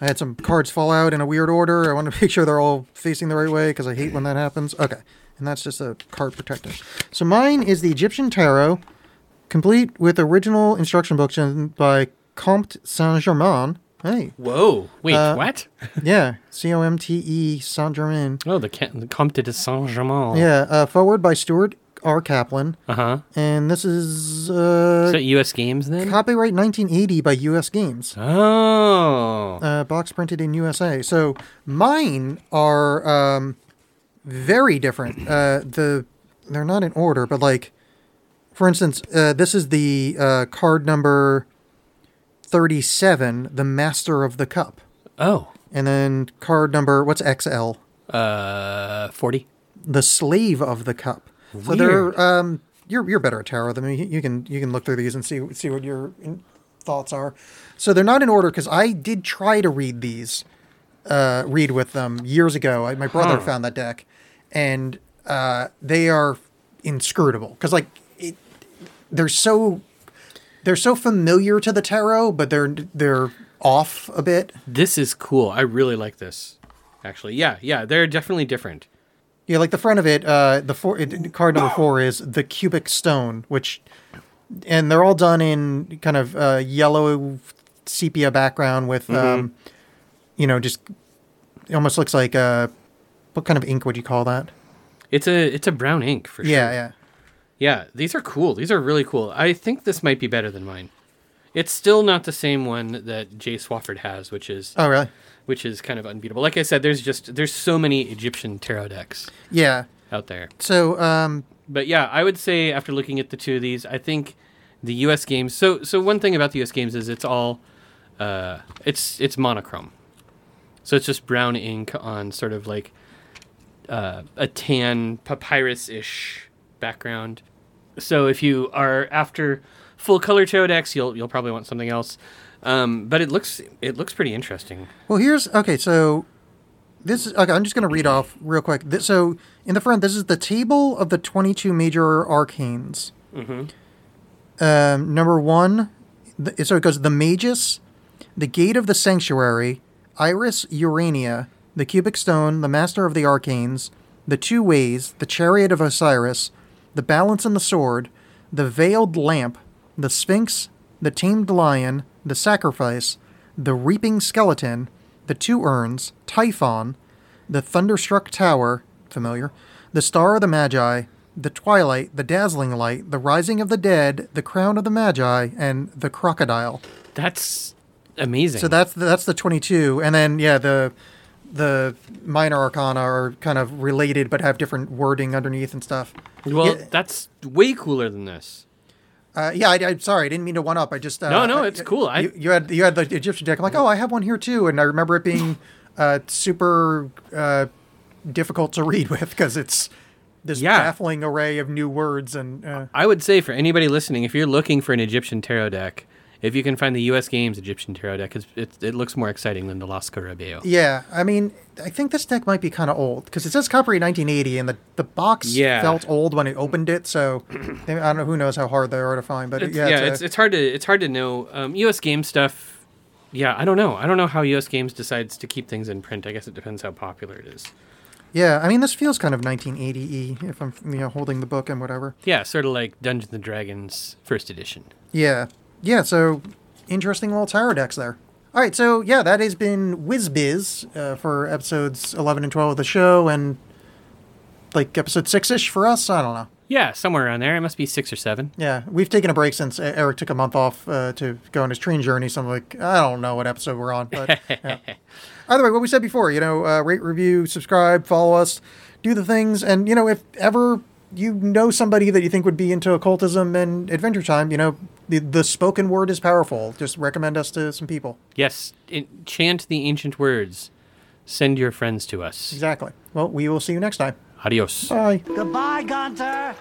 C: I had some cards fall out in a weird order. I want to *laughs* make sure they're all facing the right way because I hate when that happens. Okay, and that's just a card protector. So mine is the Egyptian Tarot, complete with original instruction books in- by Comte Saint Germain. Hey,
E: Whoa. Wait,
C: Uh,
E: what?
C: yeah, C O M T E Saint Germain.
E: Oh, the, Ca- the Comte de Saint Germain.
C: Yeah, uh, forward by Stuart R. Kaplan,
E: Uh huh.
C: and this is
E: Is
C: uh,
E: that U.S. Games then?
C: copyright 1980 by U.S. Games.
E: Uh-huh. oh.
C: Uh, box printed in USA. So mine are um, very different. Uh, the they're not in order, but like, for instance, uh, this is the uh, card number thirty-seven, the Master of the Cup,
E: oh.
C: and then card number what's XL,
E: Uh, 40.
C: the Slave of the Cup. So they're
E: Weird.
C: um, you're you're better at tarot than me. You- You can you can look through these and see see what your in- thoughts are. So they're not in order because I did try to read these, uh, read with them years ago. I, my brother found that deck, and uh, they are inscrutable because like it, they're so they're so familiar to the tarot, but they're they're off a bit.
E: This is cool. I really like this. Actually, yeah, yeah, they're definitely different.
C: Yeah, like the front of it, uh, the four it, card number four is the cubic stone, which, and they're all done in kind of uh, yellow sepia background with, um, you know, just it almost looks like uh, what kind of ink would you call that?
E: It's a it's a brown ink for sure.
C: Yeah, yeah.
E: Yeah, these are cool. These are really cool. I think this might be better than mine. It's still not the same one that Jay Swafford has, which is
C: Oh, really?
E: which is kind of unbeatable. Like I said, there's just there's so many Egyptian tarot decks
C: Yeah.
E: out there.
C: So, um,
E: But yeah, I would say after looking at the two of these, I think the U.S. games. So so one thing about the U.S. games is it's all uh, it's it's monochrome, so it's just brown ink on sort of like uh, a tan papyrus ish background. So if you are after full color tarot decks, you'll you'll probably want something else. Um, but it looks it looks pretty interesting.
C: well, here's okay. So, this is okay. I'm just gonna read off real quick. This, so, in the front, this is the table of the 22 major arcanes. um, number one, th so it goes the Magus, the Gate of the Sanctuary, Iris Urania, the Cubic Stone, the Master of the Arcanes, the Two Ways, the Chariot of Osiris, the Balance and the Sword, the Veiled Lamp, the Sphinx, the Tamed Lion, the Sacrifice, the Reaping Skeleton, the Two Urns, Typhon, the Thunderstruck Tower, familiar, the Star of the Magi, the Twilight, the Dazzling Light, the Rising of the Dead, the Crown of the Magi, and the Crocodile.
E: That's amazing.
C: So that's that's the twenty-two, and then yeah, the the minor arcana are kind of related but have different wording underneath and stuff.
E: well,
C: yeah,
E: that's way cooler than this.
C: uh, yeah. I, I'm sorry, I didn't mean to one up. I just uh,
E: No, no,
C: I-
E: it's cool. I-
C: you, you had you had the Egyptian deck. I'm like, oh, I have one here too, and I remember it being uh, super uh, difficult to read *laughs* with because it's this
E: Yeah.
C: baffling array of new words and. Uh,
E: I would say for anybody listening, if you're looking for an Egyptian tarot deck If you can find the U.S. Games Egyptian Tarot deck, it's, it, it looks more exciting than the Las Carabeo.
C: Yeah, I mean, I think this deck might be kind of old because it says coppery 1980, and the, the box
E: Yeah.
C: felt old when I opened it.
E: *clears throat*
C: So I don't know who knows how hard they are to find, but uh,
E: It's,
C: yeah,
E: yeah,
C: a-
E: it's, it's hard to it's hard to know. Um, U.S. game stuff. Yeah, I don't know. I don't know how U.S. Games decides to keep things in print. I guess it depends how popular it is.
C: yeah. I mean, this feels kind of 1980 y if I'm you know holding the book and whatever.
E: Yeah, sort of like Dungeons and Dragons first edition.
C: Yeah, yeah. So interesting little tarot decks there. All right, so yeah, that has been WizBiz uh, for episodes 11 and 12 of the show, and like episode six ish for us. I don't know.
E: Yeah, somewhere around there. It must be six or seven.
C: Yeah, we've taken a break since E- Eric took a month off uh, to go on his train journey. So I'm like, I don't know what episode we're on. But yeah. either way, what we said before, you know, uh, rate, review, subscribe, follow us, do the things, and you know, if ever you know somebody that you think would be into occultism and Adventure Time, you know, the the spoken word is powerful. Just recommend us to some people.
E: Yes, it, chant the ancient words. Send your friends to us.
C: Exactly. Well, we will see you next time.
E: Adios.
C: Bye.
F: Goodbye, Gunter.